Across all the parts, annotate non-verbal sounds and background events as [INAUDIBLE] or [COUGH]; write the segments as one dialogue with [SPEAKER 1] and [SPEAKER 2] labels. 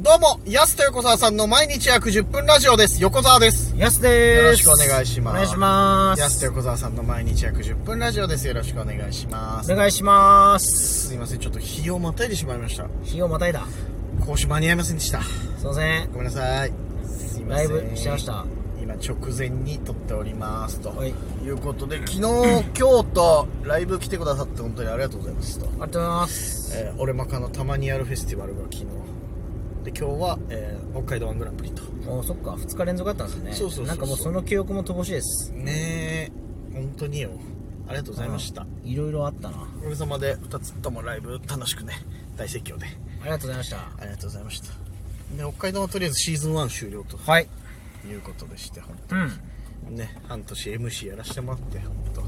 [SPEAKER 1] どうも、安と横澤さんの毎日約10分ラジオです。横澤です。
[SPEAKER 2] やすでーす。
[SPEAKER 1] よろしくお願いします
[SPEAKER 2] お願いします。
[SPEAKER 1] 安と横澤さんの毎日約10分ラジオです。よろしくお願いします
[SPEAKER 2] お。願いします。
[SPEAKER 1] すいません、ちょっと日をまたいでしまいました。
[SPEAKER 2] 日をまたいだ。
[SPEAKER 1] 講師間に合いませんでした。
[SPEAKER 2] すいません。
[SPEAKER 1] ごめんなさい。すいま
[SPEAKER 2] ラ
[SPEAKER 1] せ
[SPEAKER 2] イ
[SPEAKER 1] ん。
[SPEAKER 2] ブしてました。
[SPEAKER 1] 今直前に撮っておりますと
[SPEAKER 2] はい
[SPEAKER 1] いうことで昨日
[SPEAKER 2] [CLEARS THROAT]
[SPEAKER 1] 今日とライブ来てくださって本当にありがとうございますと
[SPEAKER 2] ありがとうございます。
[SPEAKER 1] えー、俺マカのたまにやるフェスティバルが昨日で今日は、えー北海道ワングランプリと
[SPEAKER 2] もうそっか、2日連続あったんですよね。
[SPEAKER 1] そうそうそうそう
[SPEAKER 2] なんかもうその記憶も乏しいです。
[SPEAKER 1] ねえ本当によありがとうございました
[SPEAKER 2] いろいろあったな。
[SPEAKER 1] おかげさまで2つともライブ楽しくね大盛況で
[SPEAKER 2] ありがとうございました。
[SPEAKER 1] ありがとうございましたで北海道はとりあえずシーズン1終了と
[SPEAKER 2] はい。
[SPEAKER 1] いうことでして本
[SPEAKER 2] うん。
[SPEAKER 1] 当ね半年 MC やらせてもらって本当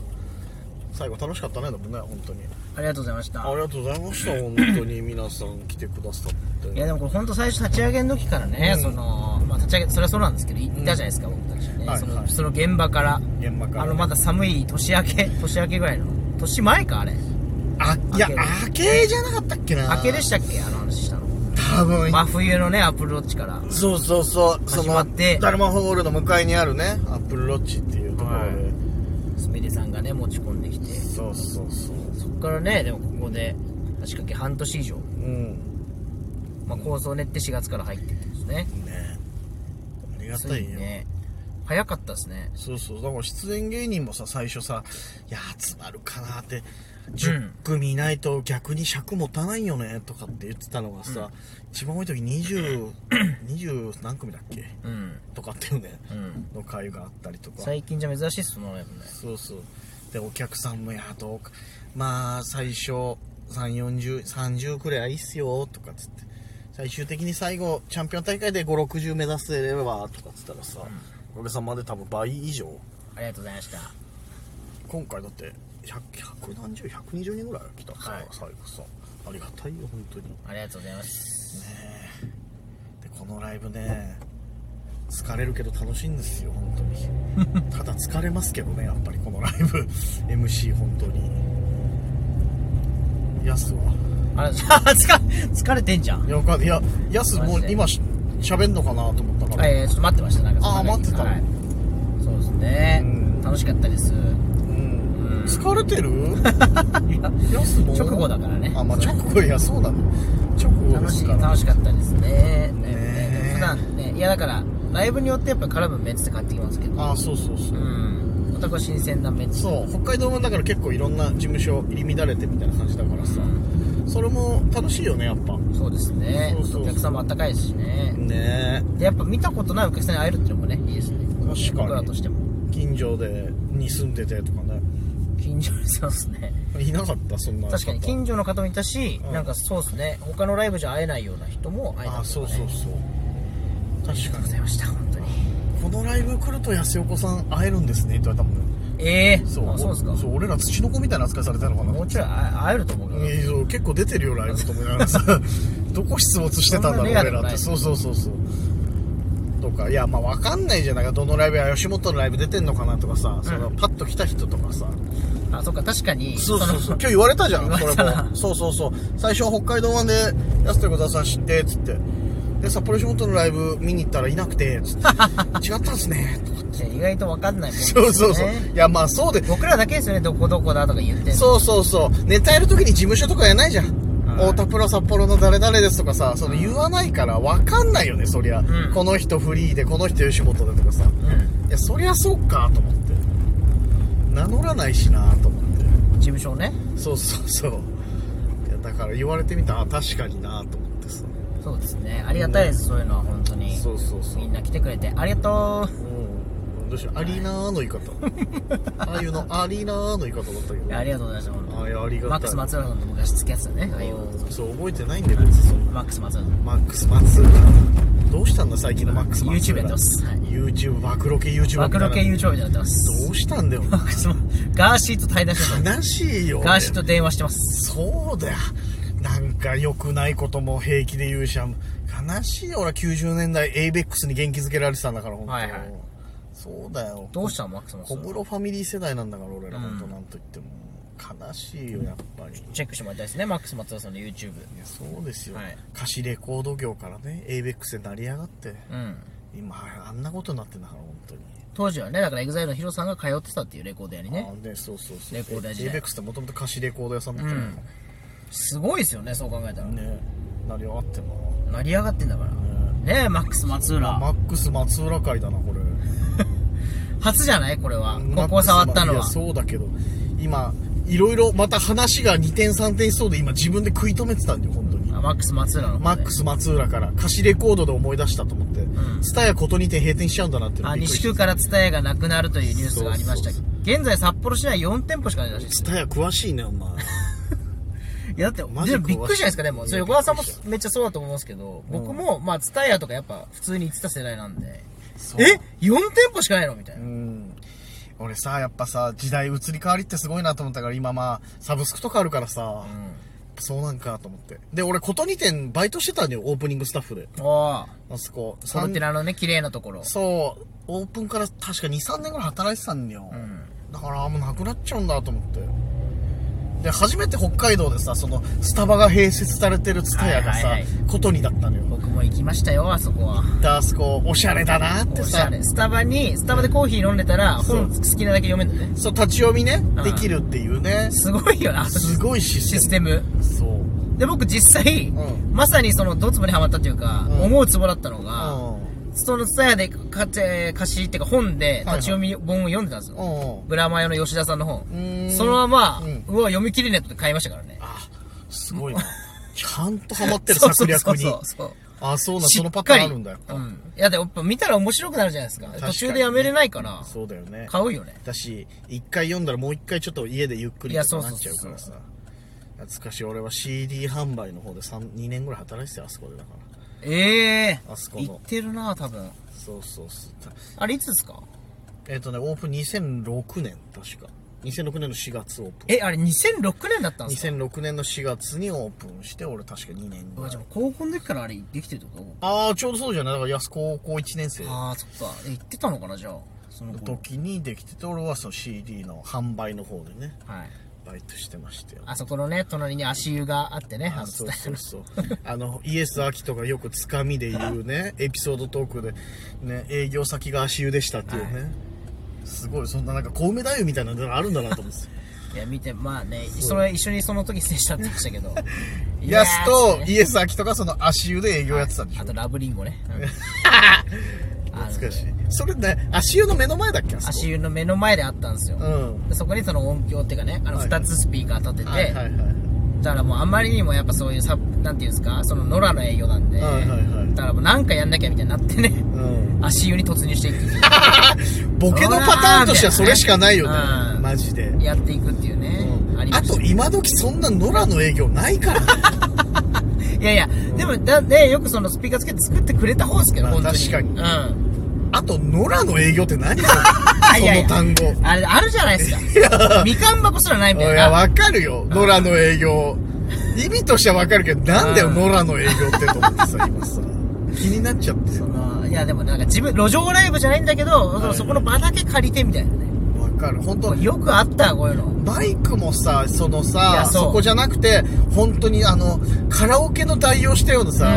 [SPEAKER 1] 最後楽しかったねでもね本当に
[SPEAKER 2] ありがとうございました。
[SPEAKER 1] ありがとうございま
[SPEAKER 2] [LAUGHS]
[SPEAKER 1] した本当に皆さん来てくださって
[SPEAKER 2] いやでもこれ本当最初立ち上げの時からね、
[SPEAKER 1] うん
[SPEAKER 2] その、まあ立ち上げ、それはそうなんですけど、行ったじゃないですか、僕たちね。
[SPEAKER 1] はい
[SPEAKER 2] そ
[SPEAKER 1] は
[SPEAKER 2] の、
[SPEAKER 1] い
[SPEAKER 2] その現場から。
[SPEAKER 1] 現場から
[SPEAKER 2] あの、まだ寒い年明け、年明けぐらいの。年前か、あれ。
[SPEAKER 1] あいや
[SPEAKER 2] 明
[SPEAKER 1] 明けじゃなかったっけな
[SPEAKER 2] 明けでしたっけあの話したの。
[SPEAKER 1] 多分
[SPEAKER 2] 真冬のね、アップルウォッチから。
[SPEAKER 1] そうそうそうそ
[SPEAKER 2] 始
[SPEAKER 1] の
[SPEAKER 2] まって
[SPEAKER 1] ダルマホールの向かいにあるねアップルロッチっていうところで、
[SPEAKER 2] はいすみれさんがね持ち込んできて
[SPEAKER 1] そうそうそう
[SPEAKER 2] そっからねでもここで仕掛け半年以上、
[SPEAKER 1] うん
[SPEAKER 2] まあ、構想練って4月から入ってってですね
[SPEAKER 1] ねありがた
[SPEAKER 2] つい
[SPEAKER 1] い
[SPEAKER 2] に
[SPEAKER 1] よ、
[SPEAKER 2] ね早かったですね
[SPEAKER 1] そうそうだから出演芸人もさ最初さいや集まるかなって
[SPEAKER 2] う
[SPEAKER 1] 10
[SPEAKER 2] ん
[SPEAKER 1] 組いないと逆に尺持たないよねとかって言ってたのがさ、一番多い時20 20何組だっけ
[SPEAKER 2] うん
[SPEAKER 1] とかっていうね
[SPEAKER 2] うん
[SPEAKER 1] の会があったりとか
[SPEAKER 2] 最近じゃ珍しいっすもんね
[SPEAKER 1] そうそうでお客さんもやどうかまあ最初34030くらいいいっすよとかっつって最終的に最後チャンピオン大会で560目指せればとかっつったらさ、おかげさまで多分倍以上
[SPEAKER 2] ありがとうございました
[SPEAKER 1] 今回だって100 100何0120人ぐらい来たさ、
[SPEAKER 2] はい
[SPEAKER 1] 最後さありがたいよ本当にね
[SPEAKER 2] ありがとうございます
[SPEAKER 1] えでこのライブね疲れるけど楽しいんですよ本当
[SPEAKER 2] [LAUGHS]
[SPEAKER 1] にただ疲れますけどねやっぱりこのライブ MC 本当にヤスは
[SPEAKER 2] あ [LAUGHS] れ疲疲れてんじゃん
[SPEAKER 1] いやわかんいやヤスも
[SPEAKER 2] マ
[SPEAKER 1] う
[SPEAKER 2] ジで
[SPEAKER 1] 今し喋んのかなと思ったから、
[SPEAKER 2] えー、ちょっと待ってましたなんか
[SPEAKER 1] あー
[SPEAKER 2] そんなに
[SPEAKER 1] 待ってた
[SPEAKER 2] はい、そうですね、
[SPEAKER 1] うん
[SPEAKER 2] 楽しかったです
[SPEAKER 1] うん
[SPEAKER 2] うん
[SPEAKER 1] 疲れ
[SPEAKER 2] [LAUGHS]
[SPEAKER 1] てるヤスも
[SPEAKER 2] 直後だからね
[SPEAKER 1] あまあ直後いやそうなの直後で
[SPEAKER 2] 楽し
[SPEAKER 1] す
[SPEAKER 2] い
[SPEAKER 1] から
[SPEAKER 2] 楽しかったですね
[SPEAKER 1] ね
[SPEAKER 2] ね普段ねいやだからライブによってやっぱ絡むメンツって変わってきますけど
[SPEAKER 1] あそうそうそううん
[SPEAKER 2] お宅は新鮮なメンツ
[SPEAKER 1] そう北海道もだから結構いろんな事務所入り乱れてみたいな感じだからさ、
[SPEAKER 2] う
[SPEAKER 1] それも楽しいよねやっぱ
[SPEAKER 2] んそうですね
[SPEAKER 1] そうそうそう
[SPEAKER 2] お客さんもあったかいですしね、
[SPEAKER 1] ね
[SPEAKER 2] でやっぱ見たことないお客さんに会えるっていうのもねいいですね
[SPEAKER 1] 確かに
[SPEAKER 2] 僕らとしても
[SPEAKER 1] え近所でに住んでてとかね
[SPEAKER 2] 近所にそうです
[SPEAKER 1] [LAUGHS]
[SPEAKER 2] ね
[SPEAKER 1] いなかったそんな
[SPEAKER 2] 確かに近所の方もいたし、
[SPEAKER 1] うん
[SPEAKER 2] なんかそうですね他のライブじゃ会えないような人も会えたりとか、ね、
[SPEAKER 1] あそうそうそう確
[SPEAKER 2] ありが
[SPEAKER 1] か
[SPEAKER 2] とうご
[SPEAKER 1] に
[SPEAKER 2] ざいました本当に
[SPEAKER 1] このライブ来ると安横さん会えるんですねって言われたもんね
[SPEAKER 2] ええー、
[SPEAKER 1] そう
[SPEAKER 2] あそうですか
[SPEAKER 1] そう俺ら土の子みたいな扱いされたのかな
[SPEAKER 2] もうちょいあ会えると思うけど、
[SPEAKER 1] いやそう結構出てるよライブと思いながら
[SPEAKER 2] [LAUGHS]
[SPEAKER 1] さどこ出没してたんだろう
[SPEAKER 2] そんな
[SPEAKER 1] 俺
[SPEAKER 2] レアでも
[SPEAKER 1] らっ
[SPEAKER 2] な
[SPEAKER 1] て
[SPEAKER 2] い
[SPEAKER 1] そうそうそうそうとかいやまあ分かんないじゃないかどのライブや吉本のライブ出てんのかなとかさ、そのパッと来た人とかさ
[SPEAKER 2] あそっか確かに
[SPEAKER 1] そうそうそう今
[SPEAKER 2] の [LAUGHS]
[SPEAKER 1] 日言われたじゃん
[SPEAKER 2] 言われ
[SPEAKER 1] そ
[SPEAKER 2] た
[SPEAKER 1] れ
[SPEAKER 2] な
[SPEAKER 1] もそうそうそう最初は北海道湾で安田横澤さん知ってっつってで札幌吉本のライブ見に行ったらいなくて
[SPEAKER 2] [LAUGHS]
[SPEAKER 1] つって違ったんすねとか
[SPEAKER 2] じゃあ意外と分かんないもんです
[SPEAKER 1] そ
[SPEAKER 2] ね
[SPEAKER 1] うそうそういやまあそうで
[SPEAKER 2] 僕らだけですよねどこどこだとか言ってんの
[SPEAKER 1] そうそうそうネタやるときに事務所とかやないじゃん、
[SPEAKER 2] はい
[SPEAKER 1] 太田プロ札幌の誰々ですとかさその
[SPEAKER 2] うん
[SPEAKER 1] 言わないから分かんないよねそりゃ、
[SPEAKER 2] ん
[SPEAKER 1] この人フリーでこの人吉本でとかさ
[SPEAKER 2] うん
[SPEAKER 1] いやそりゃそうかと思って名乗らないしなと思って
[SPEAKER 2] 事務所をね
[SPEAKER 1] そうそうそういやだから言われてみたらあ確かになと思ってさ
[SPEAKER 2] そうですねありがたいです、そういうのは本当に
[SPEAKER 1] そうそうそう
[SPEAKER 2] みんな来てくれてありがと
[SPEAKER 1] うんどうしようアリーナーの言い方ああいうのアリーナーの言い方だったけ
[SPEAKER 2] う
[SPEAKER 1] ど
[SPEAKER 2] ありがとうございました本当
[SPEAKER 1] あい
[SPEAKER 2] に
[SPEAKER 1] やありがたい
[SPEAKER 2] マックス松浦さんと昔付き合ってたねああいう
[SPEAKER 1] うんそう覚えてないんだよ別にそんな
[SPEAKER 2] マックス松浦さん
[SPEAKER 1] マックス松浦どうしたんだ最近のマックス松浦
[SPEAKER 2] YouTube やってますはい
[SPEAKER 1] YouTube 暴露系 YouTuber
[SPEAKER 2] 暴露系
[SPEAKER 1] み
[SPEAKER 2] YouTuber にな
[SPEAKER 1] た
[SPEAKER 2] ってま
[SPEAKER 1] いなど
[SPEAKER 2] す
[SPEAKER 1] うしたん
[SPEAKER 2] [LAUGHS]
[SPEAKER 1] だよ
[SPEAKER 2] マックス松ガーシーと対談してます
[SPEAKER 1] 悲しいよ
[SPEAKER 2] ガーシーと電話してます
[SPEAKER 1] そうだよなんか良くないことも平気で言うし悲しいよ俺は90年代 ABEX に元気づけられてたんだから本当、
[SPEAKER 2] はいはい
[SPEAKER 1] そうだよ
[SPEAKER 2] どうしたのマックス松
[SPEAKER 1] 小
[SPEAKER 2] 浦
[SPEAKER 1] 室ファミリー世代なんだから俺ら
[SPEAKER 2] うん
[SPEAKER 1] 本当なんと言っても悲しいよやっぱりい
[SPEAKER 2] チェックしてもらいたいですねマックス松田さんの YouTube
[SPEAKER 1] やそうですよ、
[SPEAKER 2] はい
[SPEAKER 1] 貸しレコード業からね ABEX で成り上がって
[SPEAKER 2] うん
[SPEAKER 1] 今あんなことになってんだから本当に
[SPEAKER 2] 当時はねだから EXILE のヒロさんが通ってたっていうレコード屋にね
[SPEAKER 1] あーねそうそうそう
[SPEAKER 2] レコード屋時代
[SPEAKER 1] ABEX ってもともと貸しレコード屋さんだったのよ
[SPEAKER 2] すごいですよねそう考えたら、
[SPEAKER 1] ね成り上がってんだな
[SPEAKER 2] 成り上がってんだから
[SPEAKER 1] ね
[SPEAKER 2] ねえマックス松浦、
[SPEAKER 1] マックス松浦会だなこれ
[SPEAKER 2] 初じゃないこれ
[SPEAKER 1] マ
[SPEAKER 2] は
[SPEAKER 1] ッ
[SPEAKER 2] こ
[SPEAKER 1] ク
[SPEAKER 2] こ
[SPEAKER 1] ス
[SPEAKER 2] 触ったの
[SPEAKER 1] いや
[SPEAKER 2] は
[SPEAKER 1] そうだけど今いろいろまた話が2点3点しそうで今自分で食い止めてたんだよ本当に
[SPEAKER 2] あマックス松浦の方で
[SPEAKER 1] マックス松浦から貸しレコードで思い出したと思って
[SPEAKER 2] ん
[SPEAKER 1] 蔦屋ことにて閉店しちゃうんだなっていうの
[SPEAKER 2] あ
[SPEAKER 1] びっくり
[SPEAKER 2] 西
[SPEAKER 1] し
[SPEAKER 2] 区から蔦屋がなくなるというニュースがありましたけど
[SPEAKER 1] そ
[SPEAKER 2] 現在札幌市内4店舗しかないらしいです
[SPEAKER 1] た蔦屋詳しいねお前
[SPEAKER 2] いやだって
[SPEAKER 1] マジ
[SPEAKER 2] でもびっくりじゃないですかで
[SPEAKER 1] い
[SPEAKER 2] も
[SPEAKER 1] や
[SPEAKER 2] それ横川さんも
[SPEAKER 1] びっくり
[SPEAKER 2] めっちゃそうだと思うんですけど、僕もまあ蔦屋とかやっぱ普通に行ってた世代なんで
[SPEAKER 1] そう
[SPEAKER 2] え4店舗しかないのみたいうな、
[SPEAKER 1] ん俺さやっぱさ時代移り変わりってすごいなと思ったから今まあサブスクとかあるからさ、そうなんかと思ってで俺ことにてバイトしてたんだよオープニングスタッフで
[SPEAKER 2] うん、お
[SPEAKER 1] あそこ
[SPEAKER 2] その寺のね綺麗なところ
[SPEAKER 1] そう、オープンから確か2、3年ぐらい働いてたんだよ。
[SPEAKER 2] ん
[SPEAKER 1] だから、もうなくなっちゃうんだと思って。で、初めて北海道でさ、その、スタバが併設されてるツタヤがさ、
[SPEAKER 2] はいはい
[SPEAKER 1] ことにだったのよ。
[SPEAKER 2] 僕も行きましたよあそこは
[SPEAKER 1] で、あそこ、おしゃれだなって
[SPEAKER 2] おしゃ
[SPEAKER 1] さ、
[SPEAKER 2] れスタバにスタバでコーヒー飲んでたら
[SPEAKER 1] そう
[SPEAKER 2] 本好きなだけ読めんだね
[SPEAKER 1] そう、立ち読みね、
[SPEAKER 2] ん
[SPEAKER 1] できるっていうね。
[SPEAKER 2] すごいよな
[SPEAKER 1] すごいシ
[SPEAKER 2] シ
[SPEAKER 1] ス
[SPEAKER 2] ス
[SPEAKER 1] テ
[SPEAKER 2] テム
[SPEAKER 1] ム。そう。
[SPEAKER 2] で僕実際、
[SPEAKER 1] うん
[SPEAKER 2] まさにそのドツボにはまったというか、
[SPEAKER 1] うん
[SPEAKER 2] 思うツボだったのが、
[SPEAKER 1] う
[SPEAKER 2] その蔦屋でかえー貸しっていうか本で立ち読み本を読んでたんですよ、
[SPEAKER 1] ん。うん。
[SPEAKER 2] ブラマヨの吉田さんの本
[SPEAKER 1] ーん
[SPEAKER 2] そのまま、
[SPEAKER 1] う
[SPEAKER 2] うんわ読み切れねえと思って買いましたからね
[SPEAKER 1] あ、すごいな。ちゃんとハマってる
[SPEAKER 2] そうそ
[SPEAKER 1] 策
[SPEAKER 2] う
[SPEAKER 1] 略
[SPEAKER 2] そう
[SPEAKER 1] に。
[SPEAKER 2] そうそう
[SPEAKER 1] あ、そうなん、
[SPEAKER 2] し
[SPEAKER 1] そ
[SPEAKER 2] っ
[SPEAKER 1] のパタ
[SPEAKER 2] か
[SPEAKER 1] ーン
[SPEAKER 2] り
[SPEAKER 1] あるんだ、やっぱ。
[SPEAKER 2] うん、いやでもやっぱ見たら面白くなるじゃないですか
[SPEAKER 1] かにね
[SPEAKER 2] 途中でやめれないから
[SPEAKER 1] そうだよね。
[SPEAKER 2] 買うよね
[SPEAKER 1] だし一回読んだらもう一回ちょっと家でゆっくり
[SPEAKER 2] い
[SPEAKER 1] と
[SPEAKER 2] や
[SPEAKER 1] か
[SPEAKER 2] そう
[SPEAKER 1] な
[SPEAKER 2] そ
[SPEAKER 1] っ
[SPEAKER 2] う
[SPEAKER 1] ち
[SPEAKER 2] そ
[SPEAKER 1] ゃ
[SPEAKER 2] う
[SPEAKER 1] う
[SPEAKER 2] そ
[SPEAKER 1] か
[SPEAKER 2] う
[SPEAKER 1] らさ懐かしい俺は CD 販売の方で2年ぐらい働いてたよあそこでだか
[SPEAKER 2] ええ
[SPEAKER 1] あそこの
[SPEAKER 2] 行ってるな多分
[SPEAKER 1] らそうそうそう
[SPEAKER 2] あれいつですか
[SPEAKER 1] えっ、とねオープン2006年確か2006年の4月オープン
[SPEAKER 2] えあれ2006年だったんですか
[SPEAKER 1] 2006年の4月にオープンして俺確か2年
[SPEAKER 2] う
[SPEAKER 1] ぐら
[SPEAKER 2] わ
[SPEAKER 1] い
[SPEAKER 2] じゃあ高校の時からあれできてるってこと
[SPEAKER 1] ああちょうどそうじゃないだから安高校1年生の
[SPEAKER 2] ああそっかえ行ってたのかなじゃあその頃
[SPEAKER 1] 時にできてて俺はその CD の販売の方でね
[SPEAKER 2] はい
[SPEAKER 1] バイトしてましたよ
[SPEAKER 2] あそこのね隣に足湯があってねあ
[SPEAKER 1] あ
[SPEAKER 2] の
[SPEAKER 1] そう
[SPEAKER 2] 伝
[SPEAKER 1] そうそうあのイエス・アキトがよくつかみで言う
[SPEAKER 2] [LAUGHS]
[SPEAKER 1] ねエピソードトークで、ね、営業先が足湯でしたっていうね、すごいそんななんか小梅太夫みたいなのがあるんだなと思って
[SPEAKER 2] [LAUGHS] いや見てまあねそれ一緒にその時接したって言ってたけどいや
[SPEAKER 1] ヤ
[SPEAKER 2] ー
[SPEAKER 1] スと
[SPEAKER 2] ね
[SPEAKER 1] イエス・アキトがその足湯で営業やってたんでしょ
[SPEAKER 2] あとラブリンゴね
[SPEAKER 1] 懐かしいそれね足湯の目の前だっけあそこ
[SPEAKER 2] [LAUGHS] 足湯の目の前であったんですよ
[SPEAKER 1] うん
[SPEAKER 2] でそこにその音響っていうかねあの
[SPEAKER 1] はい
[SPEAKER 2] 2つスピーカー立てて、
[SPEAKER 1] はいはいはい
[SPEAKER 2] だからもうあまりにもやっぱそういうさなんていうんですかその野良の営業なんで、
[SPEAKER 1] はいはいはい
[SPEAKER 2] だからもうなんかやんなきゃみたいになってね [LAUGHS]
[SPEAKER 1] うん
[SPEAKER 2] 足湯に突入していくっていう [LAUGHS]
[SPEAKER 1] ボケのパターンとしてはそれしかないよね
[SPEAKER 2] うん
[SPEAKER 1] マジで
[SPEAKER 2] やっていくっていうね、ありま
[SPEAKER 1] あ
[SPEAKER 2] した
[SPEAKER 1] と今時そんな野良の営業ないからね
[SPEAKER 2] [LAUGHS] いやいや、でもだ、ね、よくそのスピーカーつけて作ってくれた方ですけど、
[SPEAKER 1] まあ
[SPEAKER 2] 本当に。
[SPEAKER 1] 確かに
[SPEAKER 2] うん。
[SPEAKER 1] あと、野良の営業って何その単
[SPEAKER 2] [LAUGHS]
[SPEAKER 1] 語。
[SPEAKER 2] あれ、あるじゃないです
[SPEAKER 1] [LAUGHS]
[SPEAKER 2] か。みかん箱すらないみ
[SPEAKER 1] い
[SPEAKER 2] たい
[SPEAKER 1] や、
[SPEAKER 2] な。
[SPEAKER 1] わかるよ。野良の営業。意味としてはわかるけど、なんだよ、
[SPEAKER 2] うん
[SPEAKER 1] 野良の営業ってと思ってさ、今
[SPEAKER 2] [LAUGHS]
[SPEAKER 1] さ。気になっちゃってさ。
[SPEAKER 2] まあいや、でもなんか自分、路上ライブじゃないんだけど、
[SPEAKER 1] いはい
[SPEAKER 2] そこの場だけ借りてみたいなね。
[SPEAKER 1] わかる。本当
[SPEAKER 2] よくあった、こういうの。
[SPEAKER 1] バイクもさ、その
[SPEAKER 2] い
[SPEAKER 1] さ
[SPEAKER 2] や、
[SPEAKER 1] そ
[SPEAKER 2] そう
[SPEAKER 1] こじゃなくて、本当にあの、カラオケの対応したようなさ、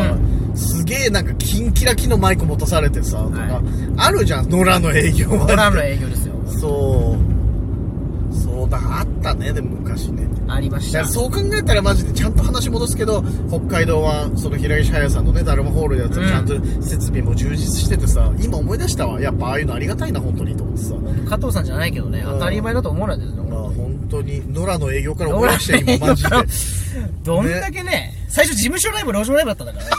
[SPEAKER 1] すげえなんかキンキラキンのマイク持たされてさ、とか
[SPEAKER 2] は、
[SPEAKER 1] あるじゃん、野良の営業は。
[SPEAKER 2] ホラーの営業ですよ。
[SPEAKER 1] そう。そうだ、あったね、でも昔ね。
[SPEAKER 2] ありまし
[SPEAKER 1] いや
[SPEAKER 2] た。
[SPEAKER 1] そう考えたらマジでちゃんと話戻すけど北海道はその平石隼さんのねダルマホールでやって
[SPEAKER 2] うん
[SPEAKER 1] ちゃんと設備も充実しててさ、今思い出したわやっぱああいうのありがたいな本当にと思ってさま
[SPEAKER 2] 加藤さんじゃないけどね、
[SPEAKER 1] うん
[SPEAKER 2] 当たり前だと思わないですよ
[SPEAKER 1] あ
[SPEAKER 2] ね。
[SPEAKER 1] 本当に野良の営業から
[SPEAKER 2] 俺
[SPEAKER 1] 思い出して今マジで
[SPEAKER 2] 俺どんだけね、最初事務所ライブ、路上ライブだったんだからね。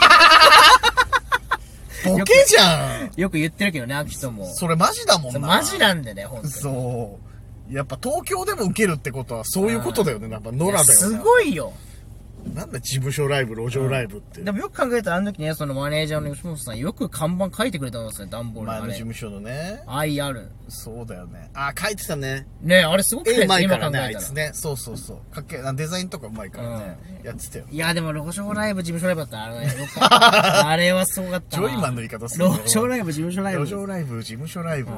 [SPEAKER 1] ボケじゃん
[SPEAKER 2] よく言ってるけどね、アキトも。
[SPEAKER 1] それマジだもんな
[SPEAKER 2] マジなんでね、ほんとに。
[SPEAKER 1] そうやっぱ東京でも受けるってことはそういうことだよねやっぱ野良だよね
[SPEAKER 2] すごいよ。
[SPEAKER 1] なんだ事務所ライブ路上ライブって、
[SPEAKER 2] でもよく考えたらあの時ねそのマネージャーの吉本さんよく看板書いてくれたんですね段ボール
[SPEAKER 1] 前
[SPEAKER 2] あ
[SPEAKER 1] の事務
[SPEAKER 2] れ
[SPEAKER 1] 所のね
[SPEAKER 2] IR
[SPEAKER 1] そうだよねあ書いてたね
[SPEAKER 2] ねあれすごく
[SPEAKER 1] 絵う
[SPEAKER 2] 今
[SPEAKER 1] ま
[SPEAKER 2] 考
[SPEAKER 1] い
[SPEAKER 2] え
[SPEAKER 1] か
[SPEAKER 2] た
[SPEAKER 1] らねあ
[SPEAKER 2] ら
[SPEAKER 1] いつねそうそうそうかっけえなデザインとかうまいからね、やってたよ
[SPEAKER 2] いやでも路上ライブ事務所ライブだったらあれよ
[SPEAKER 1] [LAUGHS]
[SPEAKER 2] かったあれはすごかった
[SPEAKER 1] ジ
[SPEAKER 2] な
[SPEAKER 1] ョイマンの言い方する
[SPEAKER 2] 路上ライブ事務所ライブ
[SPEAKER 1] 路上ライブ事務所ライブ、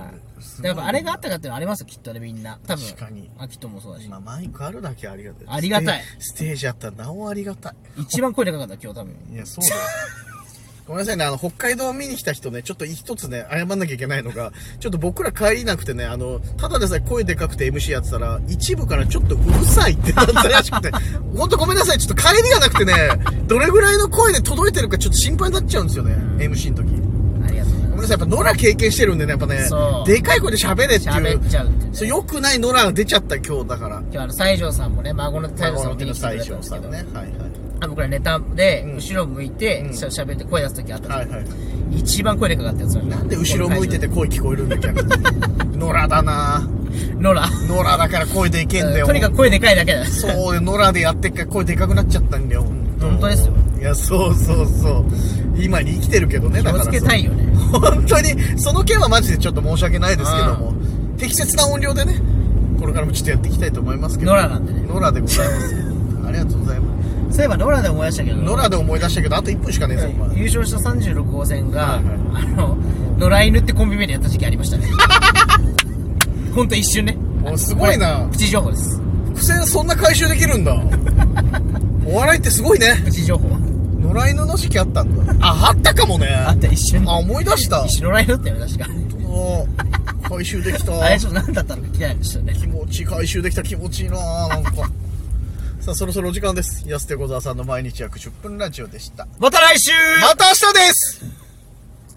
[SPEAKER 1] すごい
[SPEAKER 2] やっぱあれがあったかっていうのはありますよきっとねみんな多分
[SPEAKER 1] 確かに
[SPEAKER 2] 秋人もそうだし
[SPEAKER 1] まあ、マイクあるだけありがたい
[SPEAKER 2] ありがたい
[SPEAKER 1] ステーステージあったらなおありがたい
[SPEAKER 2] 一番声でかかった今日多分
[SPEAKER 1] いや、そうだよ。 [LAUGHS] ごめんなさいね、あの、北海道を見に来た人ね、ちょっと一つね、謝んなきゃいけないのが、ちょっと僕ら帰りなくてね、あの、ただでさえ声でかくて MC やってたら、一部からちょっとうるさいってなったらしくて、 [LAUGHS] ほんとごめんなさい、ちょっと帰りがなくてね、どれぐらいの声で届いてるかちょっと心配になっちゃうんですよね、MC の時。
[SPEAKER 2] ありがとうござい
[SPEAKER 1] ごめん
[SPEAKER 2] ま
[SPEAKER 1] なさい、やっぱ野良経験してるんでね、やっぱね
[SPEAKER 2] そ、う
[SPEAKER 1] でかい声で喋れって
[SPEAKER 2] す
[SPEAKER 1] い
[SPEAKER 2] 喋
[SPEAKER 1] う
[SPEAKER 2] っ、ちゃうってね
[SPEAKER 1] そう、良くない野良が出ちゃった今日だから。
[SPEAKER 2] 今日あの西条さんもね孫の西条さんも見に来
[SPEAKER 1] 最
[SPEAKER 2] てくれたん
[SPEAKER 1] 初
[SPEAKER 2] です
[SPEAKER 1] さ
[SPEAKER 2] けど
[SPEAKER 1] んね。はいは
[SPEAKER 2] あ僕らネタで
[SPEAKER 1] うん
[SPEAKER 2] 後ろ向いて
[SPEAKER 1] うん
[SPEAKER 2] しゃ喋って声出す時あったんです
[SPEAKER 1] い。はいはい。
[SPEAKER 2] けど一番声でかかったやつ
[SPEAKER 1] なんで後ろ向いてて声聞こえるんだ逆
[SPEAKER 2] [LAUGHS]
[SPEAKER 1] に野良だな
[SPEAKER 2] ロラ
[SPEAKER 1] 野良だから声でいけんだよ
[SPEAKER 2] とにかく声でかいだけだ
[SPEAKER 1] そうよ野良でやってっから声でかくなっちゃったんだよ
[SPEAKER 2] 本当ですよ
[SPEAKER 1] いやそうそうそう今に生きてるけどね
[SPEAKER 2] 気
[SPEAKER 1] だか
[SPEAKER 2] を
[SPEAKER 1] ら
[SPEAKER 2] つけたいよね
[SPEAKER 1] そう本当にその件はマジでちょっと申し訳ないですけども適切な音量でねこれからもちょっとやっていきたいと思いますけど
[SPEAKER 2] 野良なんでね
[SPEAKER 1] 野良でございますありがとうございます
[SPEAKER 2] そういえばロラで思い出したけど
[SPEAKER 1] 野良で思い出したけどあと1分しかねえぞ今
[SPEAKER 2] 優勝した36号線が、
[SPEAKER 1] はいはい
[SPEAKER 2] あの野良犬ってコンビ名でやった時期ありましたね [LAUGHS] ほんと一瞬ね
[SPEAKER 1] おすごいな
[SPEAKER 2] プチ情報です
[SPEAKER 1] 苦戦そんな回収できるんだお笑いってすごいね
[SPEAKER 2] プチ情報
[SPEAKER 1] 野良犬の時期あったんだああったかもね
[SPEAKER 2] あ
[SPEAKER 1] あ
[SPEAKER 2] った一瞬
[SPEAKER 1] 思い出した
[SPEAKER 2] 一瞬野良犬ってよね確か
[SPEAKER 1] おー回収できた
[SPEAKER 2] あれちょっと何だったのか聞きたいんですよね
[SPEAKER 1] 気持ちいい回収できた気持ちいいななんかさあそろそろお時間です安手小沢さんの毎日約10分ラジオでした
[SPEAKER 2] また来週
[SPEAKER 1] また明日です